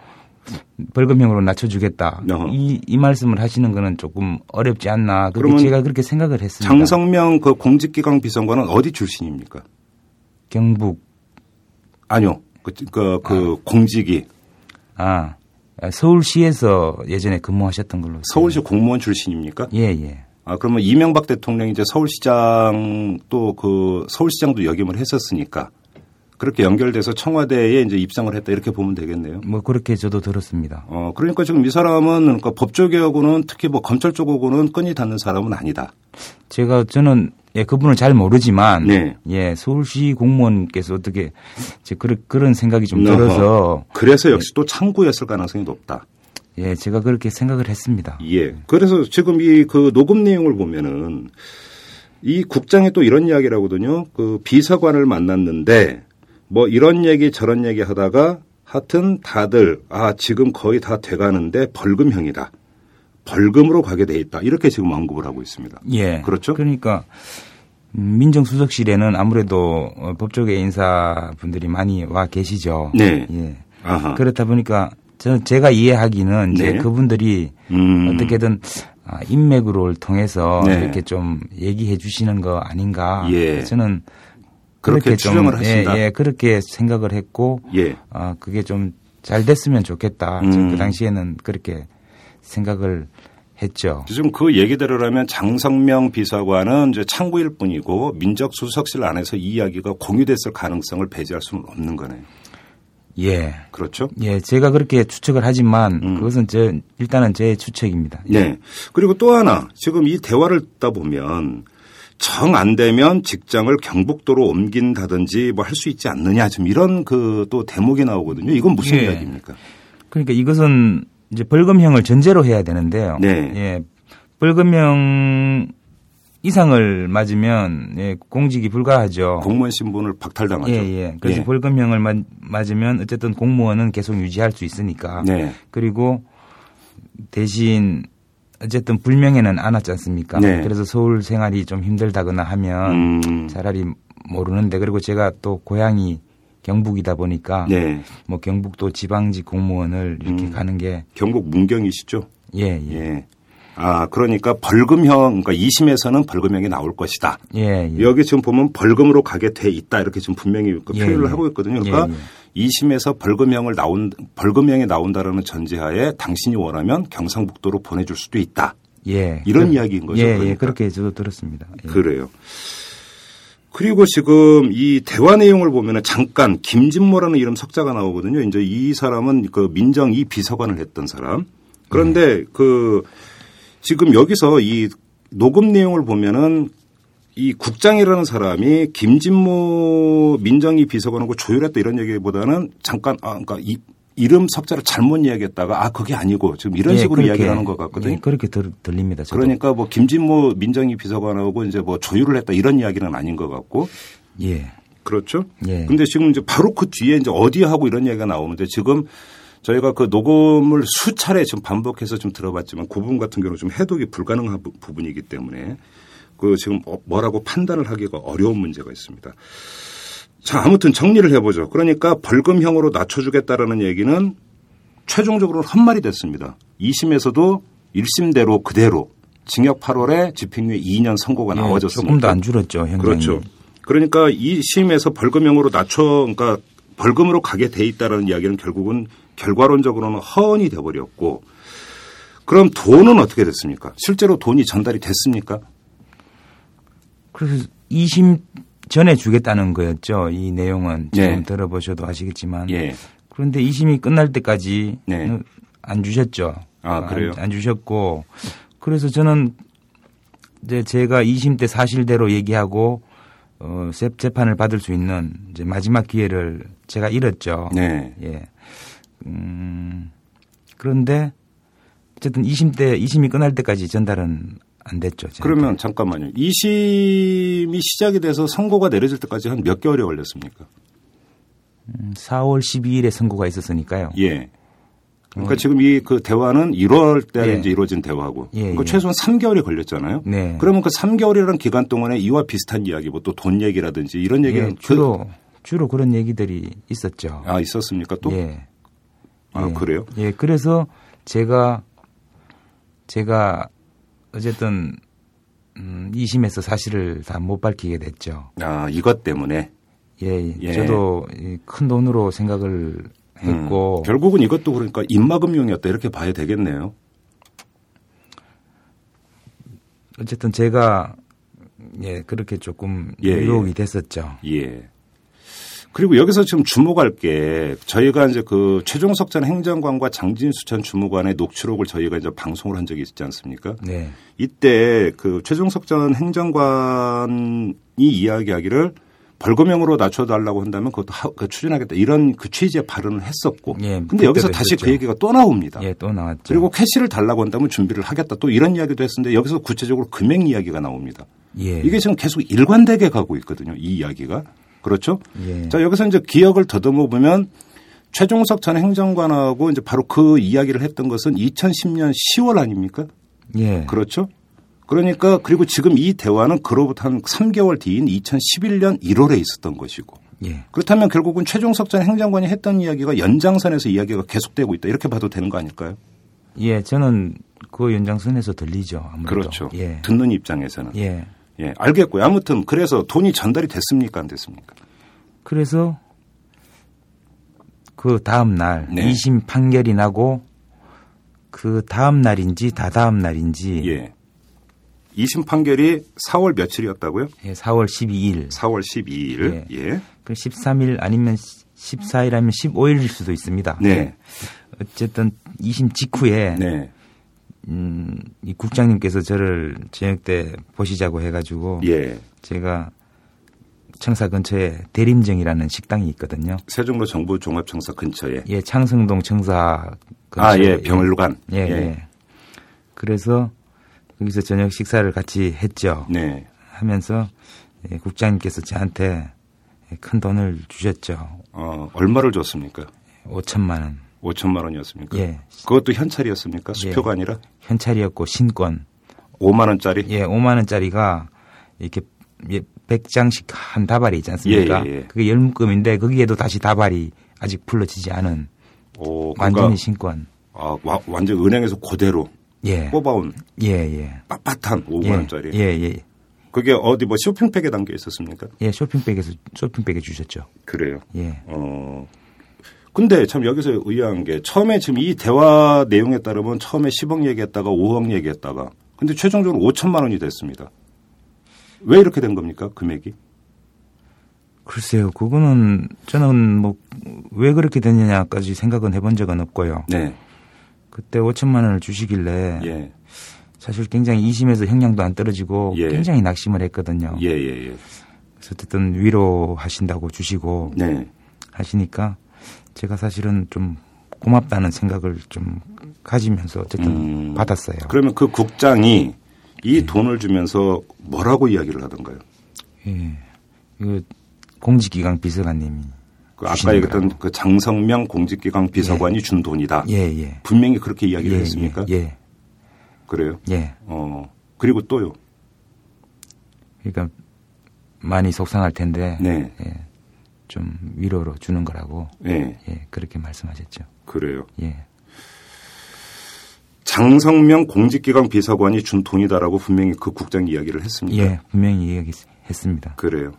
Speaker 3: 벌금형으로 낮춰주겠다
Speaker 2: 어허.
Speaker 3: 이, 이 말씀을 하시는 거는 조금 어렵지 않나 그렇게
Speaker 2: 그러면
Speaker 3: 제가 그렇게 생각을 했습니다.
Speaker 2: 장성명 그 공직기강 비서관은 어디 출신입니까?
Speaker 3: 경북
Speaker 2: 아니요. 그, 그, 그 공직이
Speaker 3: 아 서울시에서 예전에 근무하셨던 걸로
Speaker 2: 서울시 공무원 출신입니까?
Speaker 3: 예예 예.
Speaker 2: 아, 그러면 이명박 대통령이 이제 서울시장 또 그 서울시장도 역임을 했었으니까 그렇게 연결돼서 청와대에 이제 입상을 했다 이렇게 보면 되겠네요.
Speaker 3: 뭐 그렇게 저도 들었습니다.
Speaker 2: 어, 그러니까 지금 이 사람은 그러니까 법조계하고는 특히 뭐 검찰 쪽하고는 끈이 닿는 사람은 아니다.
Speaker 3: 제가 저는 예, 그분을 잘 모르지만
Speaker 2: 네.
Speaker 3: 예 서울시 공무원께서 어떻게 제 그런 그런 생각이 좀
Speaker 2: 어허.
Speaker 3: 들어서
Speaker 2: 그래서 역시 또 창구였을 가능성이 높다.
Speaker 3: 예 제가 그렇게 생각을 했습니다.
Speaker 2: 예. 그래서 지금 이 그 녹음 내용을 보면은 이 국장이 또 이런 이야기라거든요. 그 비서관을 만났는데 뭐 이런 얘기 저런 얘기 하다가 하여튼 다들 아, 지금 거의 다 돼가는데 벌금형이다. 벌금으로 가게 돼 있다. 이렇게 지금 언급을 하고 있습니다.
Speaker 3: 예.
Speaker 2: 그렇죠?
Speaker 3: 그러니까 음, 민정수석실에는 아무래도 어, 법조계 인사분들이 많이 와 계시죠.
Speaker 2: 네.
Speaker 3: 예.
Speaker 2: 아하.
Speaker 3: 그렇다 보니까 저는 제가 이해하기는 이제
Speaker 2: 네.
Speaker 3: 그분들이
Speaker 2: 음.
Speaker 3: 어떻게든 아, 인맥으로를 통해서
Speaker 2: 네.
Speaker 3: 이렇게 좀 얘기해 주시는 거 아닌가.
Speaker 2: 예.
Speaker 3: 저는
Speaker 2: 그렇게
Speaker 3: 좀,
Speaker 2: 추정을
Speaker 3: 예,
Speaker 2: 하신다.
Speaker 3: 예, 그렇게 생각을 했고
Speaker 2: 예.
Speaker 3: 아, 그게 좀 잘 됐으면 좋겠다. 저는
Speaker 2: 음.
Speaker 3: 그 당시에는 그렇게 생각을 했죠.
Speaker 2: 지금 그 얘기대로라면 장성명 비서관은 이제 창구일 뿐이고 민적수석실 안에서 이 이야기가 공유됐을 가능성을 배제할 수는 없는 거네요.
Speaker 3: 예.
Speaker 2: 그렇죠?
Speaker 3: 예, 제가 그렇게 추측을 하지만
Speaker 2: 음.
Speaker 3: 그것은 제 일단은 제 추측입니다.
Speaker 2: 네. 그리고 또 하나 지금 이 대화를 듣다 보면 정 안 되면 직장을 경북도로 옮긴다든지 뭐 할 수 있지 않느냐 지금 이런 그 또 대목이 나오거든요. 이건 무슨
Speaker 3: 예.
Speaker 2: 이야기입니까?
Speaker 3: 그러니까 이것은 이제 벌금형을 전제로 해야 되는데요.
Speaker 2: 네.
Speaker 3: 예. 벌금형 이상을 맞으면 예, 공직이 불가하죠.
Speaker 2: 공무원 신분을 박탈당하죠.
Speaker 3: 예, 예. 그래서
Speaker 2: 예.
Speaker 3: 벌금형을 맞, 맞으면 어쨌든 공무원은 계속 유지할 수 있으니까.
Speaker 2: 네.
Speaker 3: 그리고 대신 어쨌든 불명예는 안 왔지 않습니까?
Speaker 2: 네.
Speaker 3: 그래서 서울 생활이 좀 힘들다거나 하면
Speaker 2: 음.
Speaker 3: 차라리 모르는데 그리고 제가 또 고향이 경북이다 보니까
Speaker 2: 네.
Speaker 3: 뭐 경북도 지방직 공무원을 이렇게
Speaker 2: 음.
Speaker 3: 가는 게
Speaker 2: 경북 문경이시죠?
Speaker 3: 예, 예. 예,
Speaker 2: 예. 아, 그러니까 벌금형 그러니까 2심에서는 벌금형이 나올 것이다.
Speaker 3: 예.
Speaker 2: 여기 지금 보면 벌금으로 가게 돼 있다 이렇게 지금 분명히 그
Speaker 3: 예,
Speaker 2: 표현을
Speaker 3: 예.
Speaker 2: 하고 있거든요. 그러니까
Speaker 3: 예, 예.
Speaker 2: 2심에서 벌금형을 나온 벌금형이 나온다라는 전제하에 당신이 원하면 경상북도로 보내줄 수도 있다.
Speaker 3: 예.
Speaker 2: 이런
Speaker 3: 그-
Speaker 2: 이야기인 거죠,
Speaker 3: 예, 예.
Speaker 2: 그러니까.
Speaker 3: 그렇게 저도 들었습니다. 예.
Speaker 2: 그래요. 그리고 지금 이 대화 내용을 보면은 잠깐 김진모라는 이름 석자가 나오거든요. 이제 이 사람은 그 민정 이 비서관을 했던 사람. 그런데
Speaker 3: 네.
Speaker 2: 그 지금 여기서 이 녹음 내용을 보면은 이 국장이라는 사람이 김진모 민정이 비서관하고 조율했다 이런 얘기보다는 잠깐 아 그러니까 이 이름 석자를 잘못 이야기했다가 아 그게 아니고 지금 이런
Speaker 3: 예,
Speaker 2: 식으로
Speaker 3: 그렇게-
Speaker 2: 이야기하는 것 같거든요.
Speaker 3: 예, 그렇게 들, 들립니다. 저도.
Speaker 2: 그러니까 뭐 김진모 민정희 비서관하고 이제 뭐 조율을 했다 이런 이야기는 아닌 것 같고
Speaker 3: 예.
Speaker 2: 그렇죠.
Speaker 3: 예.
Speaker 2: 근데 지금 이제 바로 그 뒤에 이제 어디 하고 이런 얘기가 나오는데 지금 저희가 그 녹음을 수차례 좀 반복해서 좀 들어봤지만 그 부분 같은 경우는 좀 해독이 불가능한 부- 부분이기 때문에 그 지금 어- 뭐라고 판단을 하기가 어려운 문제가 있습니다. 자, 아무튼 정리를 해보죠. 그러니까 벌금형으로 낮춰주겠다라는 얘기는 최종적으로 헛말이 됐습니다. 2심에서도 1심대로 그대로 징역 8월에 집행유예 2년 선고가 나와졌습니다.
Speaker 3: 조금 더 안 줄었죠, 현장이.
Speaker 2: 그렇죠. 그러니까 이 심에서 벌금형으로 낮춰, 그러니까 벌금으로 가게 돼 있다라는 이야기는 결국은 결과론적으로는 허언이 돼버렸고, 그럼 돈은 어떻게 됐습니까? 실제로 돈이 전달이 됐습니까?
Speaker 3: 그래서 2심 전에 주겠다는 거였죠. 이 내용은 지금
Speaker 2: 예.
Speaker 3: 들어보셔도 아시겠지만.
Speaker 2: 예.
Speaker 3: 그런데 2심이 끝날 때까지
Speaker 2: 네.
Speaker 3: 안 주셨죠.
Speaker 2: 아,
Speaker 3: 안-
Speaker 2: 그래요?
Speaker 3: 안, 주셨고 그래서 저는 이제 제가 2심 때 사실대로 얘기하고 어, 재- 재판을 받을 수 있는 이제 마지막 기회를 제가 잃었죠.
Speaker 2: 네.
Speaker 3: 예. 음, 그런데 어쨌든 2심 때 2심이 끝날 때까지 전달은 안 됐죠. 저한테.
Speaker 2: 그러면 잠깐만요. 이 심이 시작이 돼서 선고가 내려질 때까지 한 몇 개월이 걸렸습니까?
Speaker 3: 음, 4월 12일에 선고가 있었으니까요.
Speaker 2: 예. 그러니까 지금 이 그 대화는 1월 때
Speaker 3: 예.
Speaker 2: 이제 이루어진 대화고,
Speaker 3: 예,
Speaker 2: 그러니까
Speaker 3: 예.
Speaker 2: 최소한 3개월이 걸렸잖아요.
Speaker 3: 네.
Speaker 2: 그러면 그 3개월이라는 기간 동안에 이와 비슷한 이야기, 뭐 또 돈 얘기라든지 이런
Speaker 3: 예,
Speaker 2: 얘기는 그-
Speaker 3: 주로 주로 그런 얘기들이 있었죠.
Speaker 2: 아 있었습니까 또?
Speaker 3: 예.
Speaker 2: 아
Speaker 3: 예.
Speaker 2: 그래요?
Speaker 3: 예, 그래서 제가 제가 어쨌든 음, 2심에서 사실을 다 못 밝히게 됐죠.
Speaker 2: 아 이것 때문에
Speaker 3: 예,
Speaker 2: 예.
Speaker 3: 저도 이큰 돈으로 생각을
Speaker 2: 음,
Speaker 3: 했고
Speaker 2: 결국은 이것도 그러니까 입막음용이었다 이렇게 봐야 되겠네요.
Speaker 3: 어쨌든 제가 예 그렇게 조금
Speaker 2: 예, 예.
Speaker 3: 유혹이 됐었죠.
Speaker 2: 예. 그리고 여기서 지금 주목할 게 저희가 이제 그 최종석 전 행정관과 장진수 전 주무관의 녹취록을 저희가 이제 방송을 한 적이 있지 않습니까?
Speaker 3: 네,
Speaker 2: 이때 그 최종석 전 행정관이 이야기하기를 벌금형으로 낮춰달라고 한다면 그것도 하- 그 추진하겠다 이런 그 취지의 발언을 했었고.
Speaker 3: 예,
Speaker 2: 근데 여기서
Speaker 3: 그때도
Speaker 2: 다시 그
Speaker 3: 했었죠.
Speaker 2: 얘기가 또 나옵니다.
Speaker 3: 예 또 나왔죠.
Speaker 2: 그리고 캐시를 달라고 한다면 준비를 하겠다 또 이런 이야기도 했었는데 여기서 구체적으로 금액 이야기가 나옵니다.
Speaker 3: 예,
Speaker 2: 이게 지금 계속 일관되게 가고 있거든요. 이 이야기가. 그렇죠?
Speaker 3: 예.
Speaker 2: 자, 여기서 이제 기억을 더듬어 보면 최종석 전 행정관하고 이제 바로 그 이야기를 했던 것은 2010년 10월 아닙니까?
Speaker 3: 예,
Speaker 2: 그렇죠? 그러니까 그리고 지금 이 대화는 그로부터 한 3개월 뒤인 2011년 1월에 있었던 것이고
Speaker 3: 예,
Speaker 2: 그렇다면 결국은 최종석 전 행정관이 했던 이야기가 연장선에서 이야기가 계속되고 있다 이렇게 봐도 되는 거 아닐까요?
Speaker 3: 예, 저는 그 연장선에서 들리죠. 아무래도.
Speaker 2: 그렇죠.
Speaker 3: 예,
Speaker 2: 듣는 입장에서는 예.
Speaker 3: 예.
Speaker 2: 알겠고요. 아무튼 그래서 돈이 전달이 됐습니까 안 됐습니까?
Speaker 3: 그래서 그 다음 날
Speaker 2: 네.
Speaker 3: 2심 판결이 나고 그 다음 날인지 다다음 날인지
Speaker 2: 예. 2심 판결이 4월 며칠이었다고요?
Speaker 3: 예, 4월 12일
Speaker 2: 4월 12일. 예.
Speaker 3: 그 13일 아니면 14일 아니면 15일일 수도 있습니다. 예.
Speaker 2: 네.
Speaker 3: 어쨌든 2심 직후에
Speaker 2: 네.
Speaker 3: 음, 이 국장님께서 저를 저녁 때 보시자고 해가지고
Speaker 2: 예.
Speaker 3: 제가 청사 근처에 대림정이라는 식당이 있거든요.
Speaker 2: 세종로 정부 종합청사 근처에.
Speaker 3: 예, 창성동 청사
Speaker 2: 아,
Speaker 3: 근처에
Speaker 2: 예. 병일관.
Speaker 3: 예, 예. 그래서 거기서 저녁 식사를 같이 했죠.
Speaker 2: 네.
Speaker 3: 하면서 예, 국장님께서 저한테 예, 큰 돈을 주셨죠.
Speaker 2: 어, 얼마를 줬습니까?
Speaker 3: 5천만 원.
Speaker 2: 5천만 원이었습니까?
Speaker 3: 예.
Speaker 2: 그것도 현찰이었습니까? 수표가 아니라
Speaker 3: 현찰이었고 신권.
Speaker 2: 5만 원짜리?
Speaker 3: 예, 5만 원짜리가 이렇게 예, 100장씩 한 다발이 있지 않습니까?
Speaker 2: 예, 예, 예.
Speaker 3: 그게 열묶음인데 거기에도 다시 다발이 아직 풀러지지 않은
Speaker 2: 오, 그러니까
Speaker 3: 완전히 신권.
Speaker 2: 아, 와- 완전 은행에서 그대로
Speaker 3: 예.
Speaker 2: 뽑아온
Speaker 3: 예, 예.
Speaker 2: 빳빳한 5만
Speaker 3: 예,
Speaker 2: 원짜리.
Speaker 3: 예, 예.
Speaker 2: 그게 어디 뭐 쇼핑백에 담겨 있었습니까?
Speaker 3: 예, 쇼핑백에서 쇼핑백에 주셨죠.
Speaker 2: 그래요.
Speaker 3: 예.
Speaker 2: 어. 근데 참 여기서 의아한 게 처음에 지금 이 대화 내용에 따르면 처음에 10억 얘기했다가 5억 얘기했다가 근데 최종적으로 5천만 원이 됐습니다. 왜 이렇게 된 겁니까? 금액이?
Speaker 3: 글쎄요, 그거는 저는 뭐 왜 그렇게 됐느냐까지 생각은 해본 적은 없고요.
Speaker 2: 네.
Speaker 3: 그때 5천만 원을 주시길래
Speaker 2: 예.
Speaker 3: 사실 굉장히 이심에서 형량도 안 떨어지고
Speaker 2: 예.
Speaker 3: 굉장히 낙심을 했거든요.
Speaker 2: 예, 예, 예.
Speaker 3: 어. 그래서 어쨌든 위로하신다고 주시고
Speaker 2: 네.
Speaker 3: 하시니까 제가 사실은 좀 고맙다는 생각을 좀 가지면서 어쨌든
Speaker 2: 음.
Speaker 3: 받았어요. 음.
Speaker 2: 그러면 그 국장이 이 돈을 주면서 뭐라고 이야기를 하던가요?
Speaker 3: 예. 이거 공직기강 비서관님이
Speaker 2: 그 아까 얘기했던 그 장성명 공직기강 비서관이 준 돈이다.
Speaker 3: 예. 예예
Speaker 2: 분명히 그렇게 이야기를
Speaker 3: 예,
Speaker 2: 했습니까?
Speaker 3: 예,
Speaker 2: 그래요.
Speaker 3: 예, 예.
Speaker 2: 어 그리고 또요.
Speaker 3: 그러니까 많이 속상할 텐데
Speaker 2: 네.
Speaker 3: 예, 좀 위로로 주는 거라고
Speaker 2: 예.
Speaker 3: 예, 그렇게 말씀하셨죠.
Speaker 2: 그래요.
Speaker 3: 예,
Speaker 2: 장성명 공직기강 비서관이 준 돈이다라고 분명히 그 국장이 이야기를 했습니다.
Speaker 3: 예, 분명히 이야기했습니다.
Speaker 2: 그래요.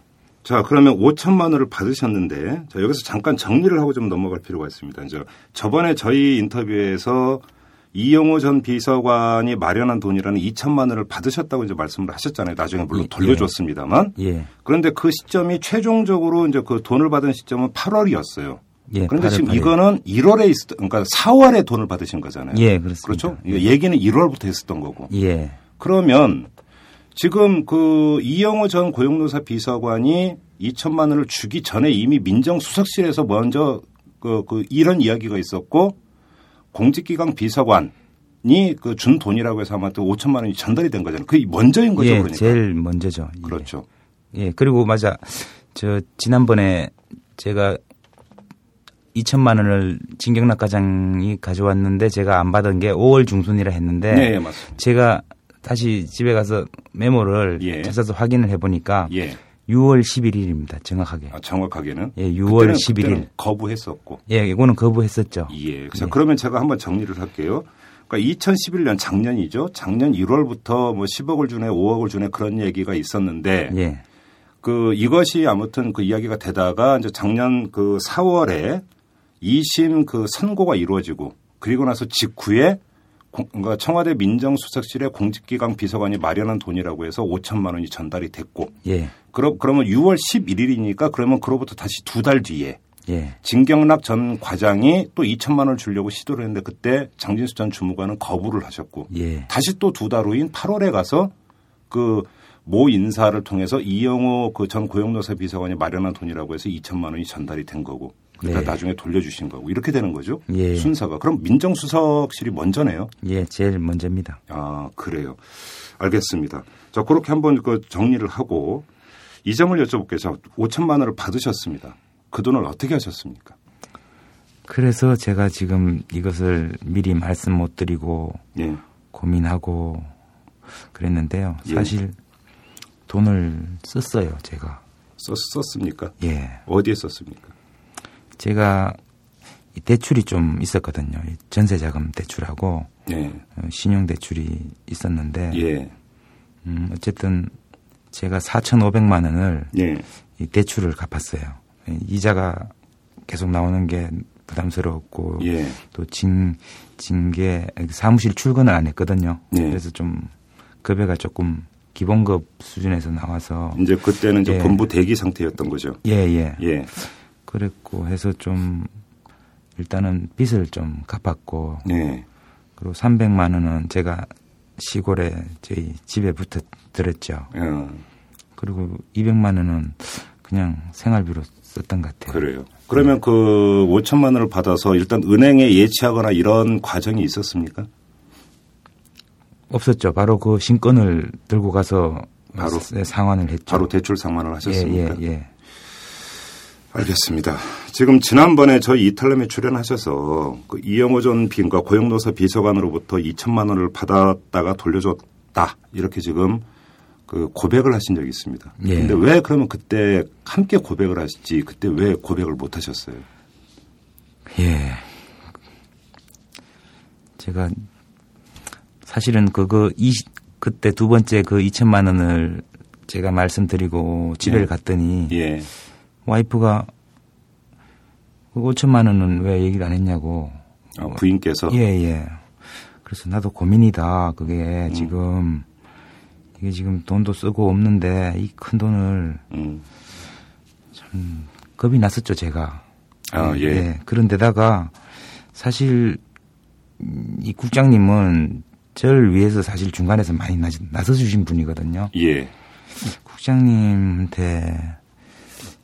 Speaker 2: 자, 그러면 5천만 원을 받으셨는데, 자, 여기서 잠깐 정리를 하고 좀 넘어갈 필요가 있습니다. 이제 저번에 저희 인터뷰에서 이영호 전 비서관이 마련한 돈이라는 2천만 원을 받으셨다고 이제 말씀을 하셨잖아요. 나중에 물론
Speaker 3: 예.
Speaker 2: 돌려줬습니다만.
Speaker 3: 예,
Speaker 2: 그런데 그 시점이 최종적으로 이제 그 돈을 받은 시점은 8월이었어요.
Speaker 3: 예.
Speaker 2: 그런데
Speaker 3: 팔월
Speaker 2: 지금
Speaker 3: 팔일.
Speaker 2: 이거는 1월에 있었, 그러니까 4월에 돈을 받으신 거잖아요.
Speaker 3: 예, 그렇습니다.
Speaker 2: 그렇죠? 이거 얘기는 1월부터 했었던 거고.
Speaker 3: 예,
Speaker 2: 그러면 지금 그 이영호 전 고용노사 비서관이 2천만 원을 주기 전에 이미 민정수석실에서 먼저 그, 그 이런 이야기가 있었고 공직기강 비서관이 그 준 돈이라고 해서 아마 또 5천만 원이 전달이 된 거잖아요. 그게 먼저인 거죠,
Speaker 3: 예,
Speaker 2: 그러니까.
Speaker 3: 제일 먼저죠. 예.
Speaker 2: 그렇죠.
Speaker 3: 예, 그리고 맞아. 저 지난번에 제가 2천만 원을 진경락 과장이 가져왔는데 제가 안 받은 게 5월 중순이라 했는데
Speaker 2: 네, 예, 맞습니다.
Speaker 3: 제가 다시 집에 가서 메모를
Speaker 2: 예.
Speaker 3: 찾아서 확인을 해보니까
Speaker 2: 예,
Speaker 3: 6월 11일입니다. 정확하게.
Speaker 2: 아, 정확하게는
Speaker 3: 예, 6월
Speaker 2: 그때는-
Speaker 3: 11일.
Speaker 2: 그때는 거부했었고
Speaker 3: 예, 이거는 거부했었죠. 네.
Speaker 2: 예. 자, 그러면 제가 한번 정리를 할게요. 그러니까 2011년 작년이죠. 작년 1월부터 뭐 10억을 주네, 5억을 주네 그런 얘기가 있었는데
Speaker 3: 예,
Speaker 2: 그 이것이 아무튼 그 이야기가 되다가 이제 작년 그 4월에 2심 그 선고가 이루어지고 그리고 나서 직후에 공- 그러니까 청와대 민정수석실의 공직기강 비서관이 마련한 돈이라고 해서 5천만 원이 전달이 됐고
Speaker 3: 예,
Speaker 2: 그러, 그러면 6월 11일이니까 그러면 그로부터 다시 두 달 뒤에
Speaker 3: 예,
Speaker 2: 진경락 전 과장이 또 2천만 원을 주려고 시도를 했는데 그때 장진수 전 주무관은 거부를 하셨고
Speaker 3: 예,
Speaker 2: 다시 또 두 달 후인 8월에 가서 그 모 인사를 통해서 이영호 그 전 고용노사 비서관이 마련한 돈이라고 해서 2천만 원이 전달이 된 거고 그러니까
Speaker 3: 네.
Speaker 2: 나중에 돌려주신 거고 이렇게 되는 거죠
Speaker 3: 예.
Speaker 2: 순서가 그럼 민정수석실이 먼저네요.
Speaker 3: 예, 제일 먼저입니다.
Speaker 2: 아, 그래요. 알겠습니다. 자, 그렇게 한번 그 정리를 하고 이 점을 여쭤볼게요. 자, 5천만 원을 받으셨습니다. 그 돈을 어떻게 하셨습니까?
Speaker 3: 그래서 제가 지금 이것을 미리 말씀 못 드리고
Speaker 2: 예.
Speaker 3: 고민하고 그랬는데요.
Speaker 2: 예.
Speaker 3: 사실 돈을 썼어요, 제가.
Speaker 2: 썼, 썼습니까?
Speaker 3: 예.
Speaker 2: 어디에 썼습니까?
Speaker 3: 제가 이 대출이 좀 있었거든요. 이 전세자금 대출하고
Speaker 2: 예.
Speaker 3: 어, 신용대출이 있었는데
Speaker 2: 예.
Speaker 3: 음, 어쨌든 제가 4,500만 원을
Speaker 2: 예.
Speaker 3: 이 대출을 갚았어요. 이 이자가 계속 나오는 게 부담스러웠고
Speaker 2: 예.
Speaker 3: 또 징, 징계, 사무실 출근을 안 했거든요.
Speaker 2: 네.
Speaker 3: 그래서 좀 급여가 조금 기본급 수준에서 나와서
Speaker 2: 이제 그때는 이제
Speaker 3: 예.
Speaker 2: 본부 대기 상태였던 거죠.
Speaker 3: 예, 예.
Speaker 2: 예.
Speaker 3: 그랬고 해서 좀 일단은 빚을 좀 갚았고
Speaker 2: 예.
Speaker 3: 그리고 300만 원은 제가 시골에 저희 집에 붙어 들었죠.
Speaker 2: 어,
Speaker 3: 그리고 200만 원은 그냥 생활비로 썼던 것 같아요.
Speaker 2: 그래요. 그러면 그 5천만 원을 받아서 일단 은행에 예치하거나 이런 과정이 있었습니까?
Speaker 3: 없었죠. 바로 그 신권을 들고 가서
Speaker 2: 바로?
Speaker 3: 사- 네, 상환을 했죠.
Speaker 2: 바로 대출 상환을 하셨습니까?
Speaker 3: 예, 예, 예.
Speaker 2: 알겠습니다. 지금 지난번에 저희 이탈람에 출연하셔서 그 이영호 전 빈과 고용노사 비서관으로부터 2천만 원을 받았다가 돌려줬다 이렇게 지금 그 고백을 하신 적이 있습니다.
Speaker 3: 예.
Speaker 2: 근데 왜 그러면 그때 함께 고백을 하시지 그때 왜 고백을 못 하셨어요?
Speaker 3: 음. 예. 제가 사실은 그거 이 그때 두 번째 그 2천만 원을 제가 말씀드리고 집에
Speaker 2: 예.
Speaker 3: 갔더니
Speaker 2: 예.
Speaker 3: 와이프가 그 5천만 원은 왜 얘기를 안 했냐고.
Speaker 2: 아, 부인께서
Speaker 3: 예, 예. 그래서 나도 고민이다. 그게
Speaker 2: 음.
Speaker 3: 지금 이게 지금 돈도 쓰고 없는데 이 큰 돈을
Speaker 2: 음.
Speaker 3: 겁이 났었죠, 제가. 네,
Speaker 2: 아, 예.
Speaker 3: 그런데다가 사실 음, 이 국장님은 저를 위해서 사실 중간에서 많이 나, 나서 주신 분이거든요.
Speaker 2: 예.
Speaker 3: 국장님한테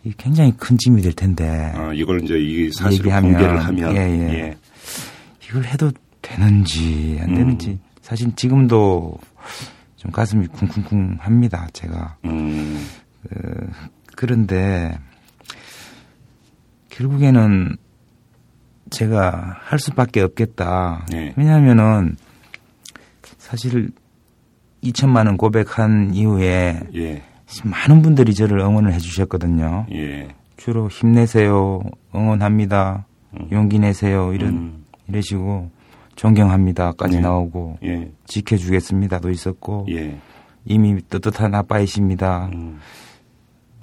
Speaker 3: 이 굉장히 큰 짐이 될 텐데
Speaker 2: 아, 이걸 이제 이 사실을
Speaker 3: 얘기하면,
Speaker 2: 공개를 하면
Speaker 3: 예, 예.
Speaker 2: 예.
Speaker 3: 이걸 해도 되는지 안
Speaker 2: 음.
Speaker 3: 되는지 사실 지금도 좀 가슴이 쿵쿵쿵합니다. 제가
Speaker 2: 음.
Speaker 3: 그런데 결국에는 제가 할 수밖에 없겠다.
Speaker 2: 네.
Speaker 3: 왜냐하면은 사실 2천만 원 고백한 이후에
Speaker 2: 예,
Speaker 3: 많은 분들이 저를 응원을 해주셨거든요.
Speaker 2: 예.
Speaker 3: 주로 힘내세요, 응원합니다, 용기 내세요 이런
Speaker 2: 음.
Speaker 3: 이러시고 존경합니다까지
Speaker 2: 네.
Speaker 3: 나오고
Speaker 2: 예,
Speaker 3: 지켜주겠습니다도 있었고
Speaker 2: 예.
Speaker 3: 이미 떳떳한 아빠이십니다.
Speaker 2: 음,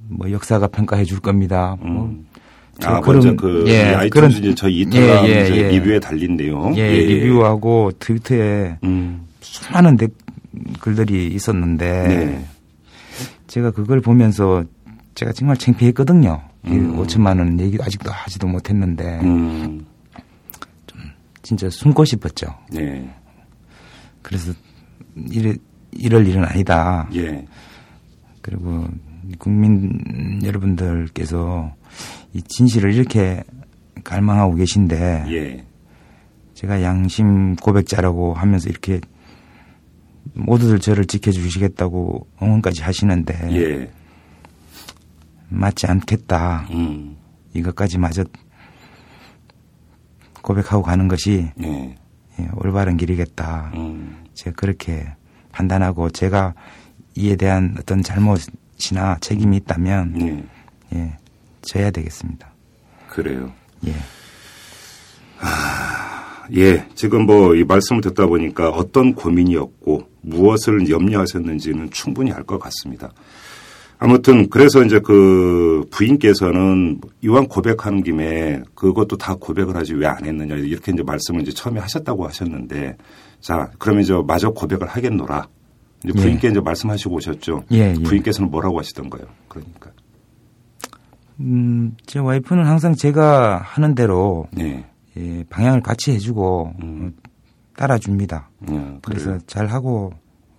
Speaker 3: 뭐 역사가 평가해 줄 겁니다. 뭐
Speaker 2: 음.
Speaker 3: 저
Speaker 2: 아,
Speaker 3: 그럼-
Speaker 2: 먼저 그,
Speaker 3: 예,
Speaker 2: 이 아이튠즈
Speaker 3: 그런-
Speaker 2: 이제 저희 이탈람
Speaker 3: 예, 예,
Speaker 2: 이제
Speaker 3: 예.
Speaker 2: 리뷰에 달린 내용.
Speaker 3: 예, 리뷰하고 트위터에
Speaker 2: 음,
Speaker 3: 수많은 댓- 글들이 있었는데
Speaker 2: 네.
Speaker 3: 제가 그걸 보면서 제가 정말 창피했거든요. 이
Speaker 2: 음.
Speaker 3: 5천만 원 얘기 아직도 하지도 못했는데
Speaker 2: 음,
Speaker 3: 진짜 숨고 싶었죠.
Speaker 2: 네.
Speaker 3: 그래서 이래, 이럴 일은 아니다.
Speaker 2: 예,
Speaker 3: 그리고 국민 여러분들께서 이 진실을 이렇게 갈망하고 계신데
Speaker 2: 예.
Speaker 3: 제가 양심 고백자라고 하면서 이렇게 모두들 저를 지켜주시겠다고 응원까지 하시는데
Speaker 2: 예.
Speaker 3: 맞지 않겠다.
Speaker 2: 음.
Speaker 3: 이것까지 마저 고백하고 가는 것이
Speaker 2: 예.
Speaker 3: 예, 올바른 길이겠다.
Speaker 2: 음.
Speaker 3: 제가 그렇게 판단하고 제가 이에 대한 어떤 잘못이나 책임이 있다면
Speaker 2: 예.
Speaker 3: 예, 져야 되겠습니다.
Speaker 2: 그래요.
Speaker 3: 예.
Speaker 2: 예. 지금 뭐 이 말씀을 듣다 보니까 어떤 고민이었고 무엇을 염려하셨는지는 충분히 알 것 같습니다. 아무튼 그래서 이제 그 부인께서는 이왕 고백하는 김에 그것도 다 고백을 하지 왜 안 했느냐 이렇게 이제 말씀을 이제 처음에 하셨다고 하셨는데 자 그러면 이제 마저 고백을 하겠노라 이제 부인께 이제 말씀하시고 오셨죠.
Speaker 3: 예, 예.
Speaker 2: 부인께서는 뭐라고 하시던가요? 그러니까
Speaker 3: 음, 제 와이프는 항상 제가 하는 대로
Speaker 2: 네.
Speaker 3: 예, 방향을 같이 해주고
Speaker 2: 음.
Speaker 3: 어, 따라줍니다.
Speaker 2: 음,
Speaker 3: 그래서
Speaker 2: 그래요.
Speaker 3: 잘 하고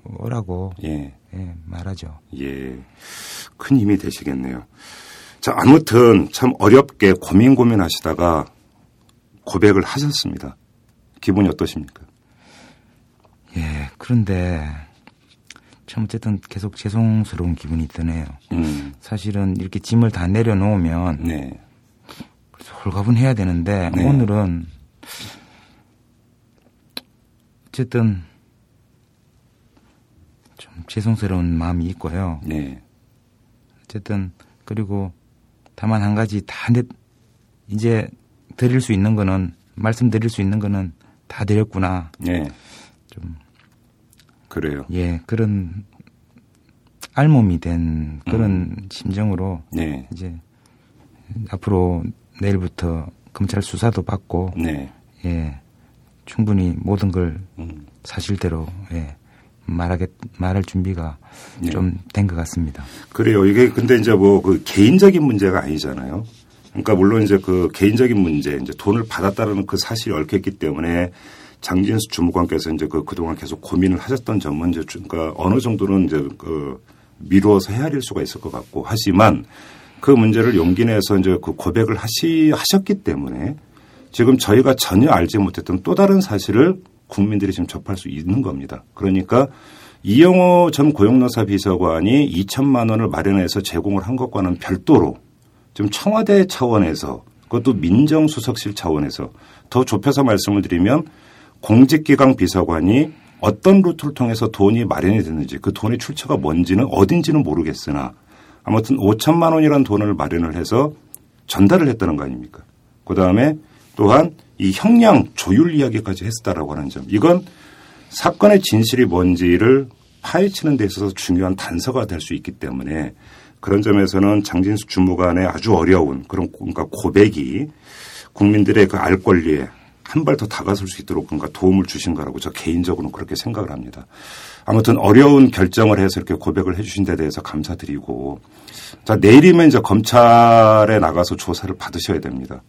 Speaker 3: 오라고
Speaker 2: 예.
Speaker 3: 예, 말하죠.
Speaker 2: 예. 큰 힘이 되시겠네요. 자, 아무튼 참 어렵게 고민 고민하시다가 고백을 하셨습니다. 기분이 어떠십니까?
Speaker 3: 예, 그런데 참 어쨌든 계속 죄송스러운 기분이 드네요.
Speaker 2: 음.
Speaker 3: 사실은 이렇게 짐을 다 내려놓으면
Speaker 2: 네.
Speaker 3: 솔갑은 해야 되는데
Speaker 2: 네.
Speaker 3: 오늘은 어쨌든 좀 죄송스러운 마음이 있고요.
Speaker 2: 네.
Speaker 3: 어쨌든 그리고 다만 한 가지 다 내, 이제 드릴 수 있는 거는 말씀드릴 수 있는 거는 다 드렸구나.
Speaker 2: 네.
Speaker 3: 좀
Speaker 2: 그래요.
Speaker 3: 예, 그런 알몸이 된 그런 심정으로
Speaker 2: 네.
Speaker 3: 이제 앞으로 내일부터 검찰 수사도 받고
Speaker 2: 네.
Speaker 3: 예, 충분히 모든 걸
Speaker 2: 음.
Speaker 3: 사실대로 예, 말하겠 말할 준비가
Speaker 2: 네.
Speaker 3: 좀 된 것 같습니다.
Speaker 2: 그래요. 이게 근데 이제 뭐 그 개인적인 문제가 아니잖아요. 그러니까 물론 이제 그 개인적인 문제, 이제 돈을 받았다는 그 사실이 얽혔기 때문에 장진수 주무관께서 이제 그 그동안 계속 고민을 하셨던 점은 이제 주- 그러니까 어느 정도는 이제 그 미루어서 헤아릴 수가 있을 것 같고 하지만 그 문제를 용기 내서 이제 그 고백을 하시 하셨기 때문에 지금 저희가 전혀 알지 못했던 또 다른 사실을 국민들이 지금 접할 수 있는 겁니다. 그러니까 이영호 전 고용노사 비서관이 2천만 원을 마련해서 제공을 한 것과는 별도로 지금 청와대 차원에서 그것도 민정수석실 차원에서 더 좁혀서 말씀을 드리면 공직기강 비서관이 어떤 루트를 통해서 돈이 마련이 됐는지 그 돈의 출처가 뭔지는 어딘지는 모르겠으나 아무튼 5천만 원이라는 돈을 마련을 해서 전달을 했다는 거 아닙니까? 그 다음에 또한 이 형량 조율 이야기까지 했었다라고 하는 점. 이건 사건의 진실이 뭔지를 파헤치는 데 있어서 중요한 단서가 될 수 있기 때문에 그런 점에서는 장진수 주무관의 아주 어려운 그런 고- 그러니까 고백이 국민들의 그 알 권리에 한 발 더 다가설 수 있도록 뭔가 도움을 주신 거라고 저 개인적으로는 그렇게 생각을 합니다. 아무튼 어려운 결정을 해서 이렇게 고백을 해주신 데 대해서 감사드리고 자 내일이면 이제 검찰에 나가서 조사를 받으셔야 됩니다.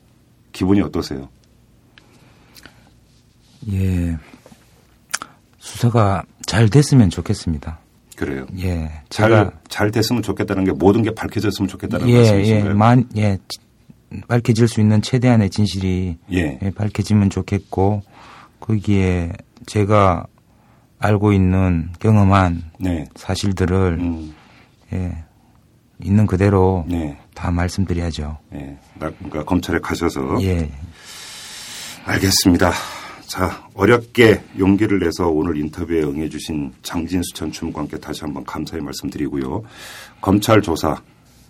Speaker 2: 기분이 어떠세요?
Speaker 3: 예, 수사가 잘 됐으면 좋겠습니다.
Speaker 2: 그래요.
Speaker 3: 예,
Speaker 2: 잘,
Speaker 3: 제가
Speaker 2: 잘 됐으면 좋겠다는 게 모든 게 밝혀졌으면 좋겠다는
Speaker 3: 예, 예,
Speaker 2: 말씀이신가요?
Speaker 3: 만, 예, 지- 밝혀질 수 있는 최대한의 진실이
Speaker 2: 예.
Speaker 3: 예, 밝혀지면 좋겠고 거기에 제가 알고 있는 경험한
Speaker 2: 네.
Speaker 3: 사실들을
Speaker 2: 음,
Speaker 3: 예, 있는 그대로
Speaker 2: 네.
Speaker 3: 다 말씀드려야죠.
Speaker 2: 예. 나- 그러니까 검찰에 가셔서
Speaker 3: 예.
Speaker 2: 알겠습니다. 자, 어렵게 용기를 내서 오늘 인터뷰에 응해주신 장진수 전 춤과 함께 다시 한번 감사의 말씀드리고요. 검찰 조사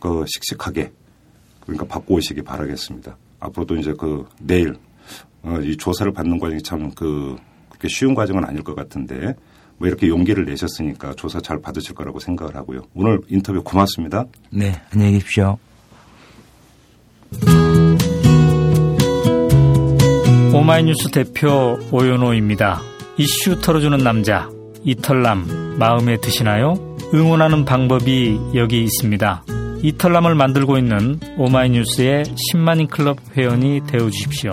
Speaker 2: 그 씩씩하게 그러니까 받고 오시기 바라겠습니다. 앞으로도 이제 그 내일 어, 이 조사를 받는 과정이 참 그 그렇게 쉬운 과정은 아닐 것 같은데 뭐 이렇게 용기를 내셨으니까 조사 잘 받으실 거라고 생각을 하고요. 오늘 인터뷰 고맙습니다.
Speaker 3: 네. 안녕히 계십시오.
Speaker 6: 오마이뉴스 대표 오연호입니다. 이슈 털어주는 남자 이털남 마음에 드시나요? 응원하는 방법이 여기 있습니다. 이털남을 만들고 있는 오마이뉴스의 10만인 클럽 회원이 되어주십시오.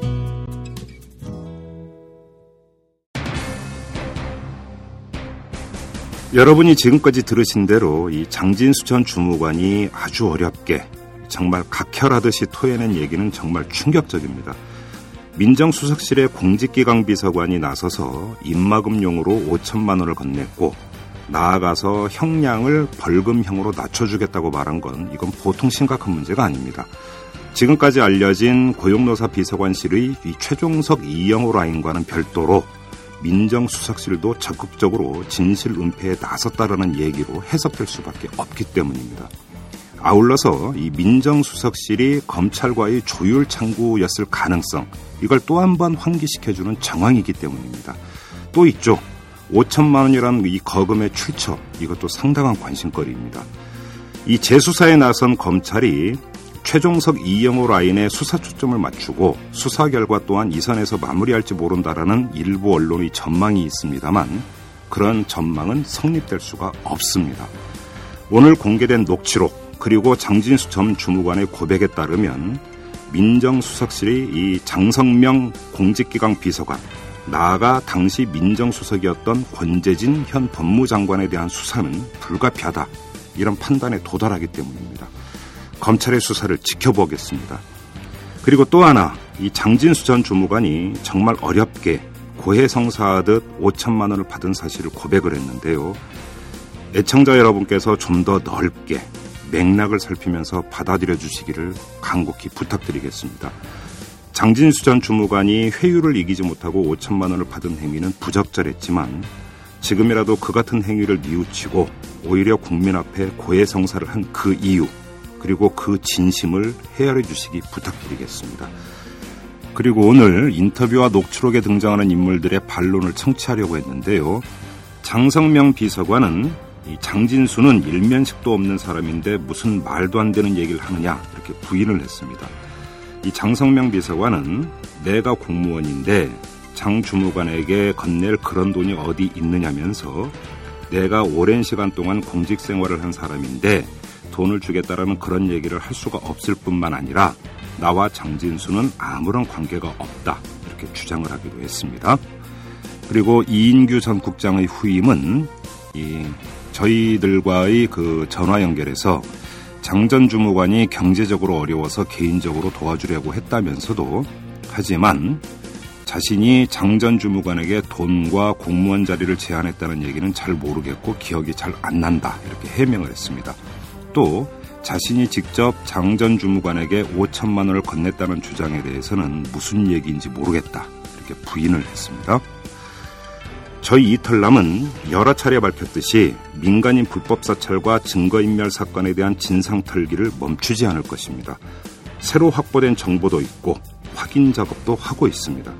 Speaker 2: 여러분이 지금까지 들으신 대로 이 장진수 전 주무관이 아주 어렵게 정말 각혈하듯이 토해낸 얘기는 정말 충격적입니다. 민정수석실의 공직기강 비서관이 나서서 입마금용으로 5천만 원을 건넸고 나아가서 형량을 벌금형으로 낮춰주겠다고 말한 건 이건 보통 심각한 문제가 아닙니다. 지금까지 알려진 고용노사 비서관실의 이 최종석 이영호 라인과는 별도로 민정수석실도 적극적으로 진실 은폐에 나섰다라는 얘기로 해석될 수밖에 없기 때문입니다. 아울러서 이 민정수석실이 검찰과의 조율 창구였을 가능성 이걸 또 한 번 환기시켜주는 정황이기 때문입니다. 또 이쪽 5천만 원이라는 이 거금의 출처 이것도 상당한 관심거리입니다. 이 재수사에 나선 검찰이 최종석 이영호 라인에 수사 초점을 맞추고 수사 결과 또한 이 선에서 마무리할지 모른다라는 일부 언론의 전망이 있습니다만 그런 전망은 성립될 수가 없습니다. 오늘 공개된 녹취록 그리고 장진수 전 주무관의 고백에 따르면 민정수석실이 이 장성명 공직기강 비서관 나아가 당시 민정수석이었던 권재진 현 법무장관에 대한 수사는 불가피하다 이런 판단에 도달하기 때문입니다. 검찰의 수사를 지켜보겠습니다. 그리고 또 하나 이 장진수 전 주무관이 정말 어렵게 고해성사하듯 5천만 원을 받은 사실을 고백을 했는데요. 애청자 여러분께서 좀 더 넓게 맥락을 살피면서 받아들여 주시기를 간곡히 부탁드리겠습니다. 장진수 전 주무관이 회유를 이기지 못하고 5천만 원을 받은 행위는 부적절했지만 지금이라도 그 같은 행위를 미우치고 오히려 국민 앞에 고해성사를 한 그 이유 그리고 그 진심을 헤아려 주시기 부탁드리겠습니다. 그리고 오늘 인터뷰와 녹취록에 등장하는 인물들의 반론을 청취하려고 했는데요. 장성명 비서관은 이 장진수는 일면식도 없는 사람인데 무슨 말도 안 되는 얘기를 하느냐 이렇게 부인을 했습니다. 이 장성명 비서관은 내가 공무원인데 장 주무관에게 건넬 그런 돈이 어디 있느냐면서 내가 오랜 시간 동안 공직 생활을 한 사람인데 돈을 주겠다라는 그런 얘기를 할 수가 없을 뿐만 아니라 나와 장진수는 아무런 관계가 없다 이렇게 주장을 하기도 했습니다. 그리고 이인규 전 국장의 후임은 이 저희들과의 그 전화 연결에서 장 전 주무관이 경제적으로 어려워서 개인적으로 도와주려고 했다면서도 하지만 자신이 장 전 주무관에게 돈과 공무원 자리를 제안했다는 얘기는 잘 모르겠고 기억이 잘 안 난다 이렇게 해명을 했습니다. 또 자신이 직접 장 전 주무관에게 5천만 원을 건넸다는 주장에 대해서는 무슨 얘기인지 모르겠다 이렇게 부인을 했습니다. 저희 이털남은 여러 차례 밝혔듯이 민간인 불법 사찰과 증거인멸 사건에 대한 진상 털기를 멈추지 않을 것입니다. 새로 확보된 정보도 있고 확인 작업도 하고 있습니다.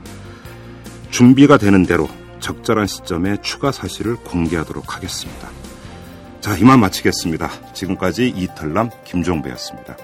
Speaker 2: 준비가 되는 대로 적절한 시점에 추가 사실을 공개하도록 하겠습니다. 자, 이만 마치겠습니다. 지금까지 이털남 김종배였습니다.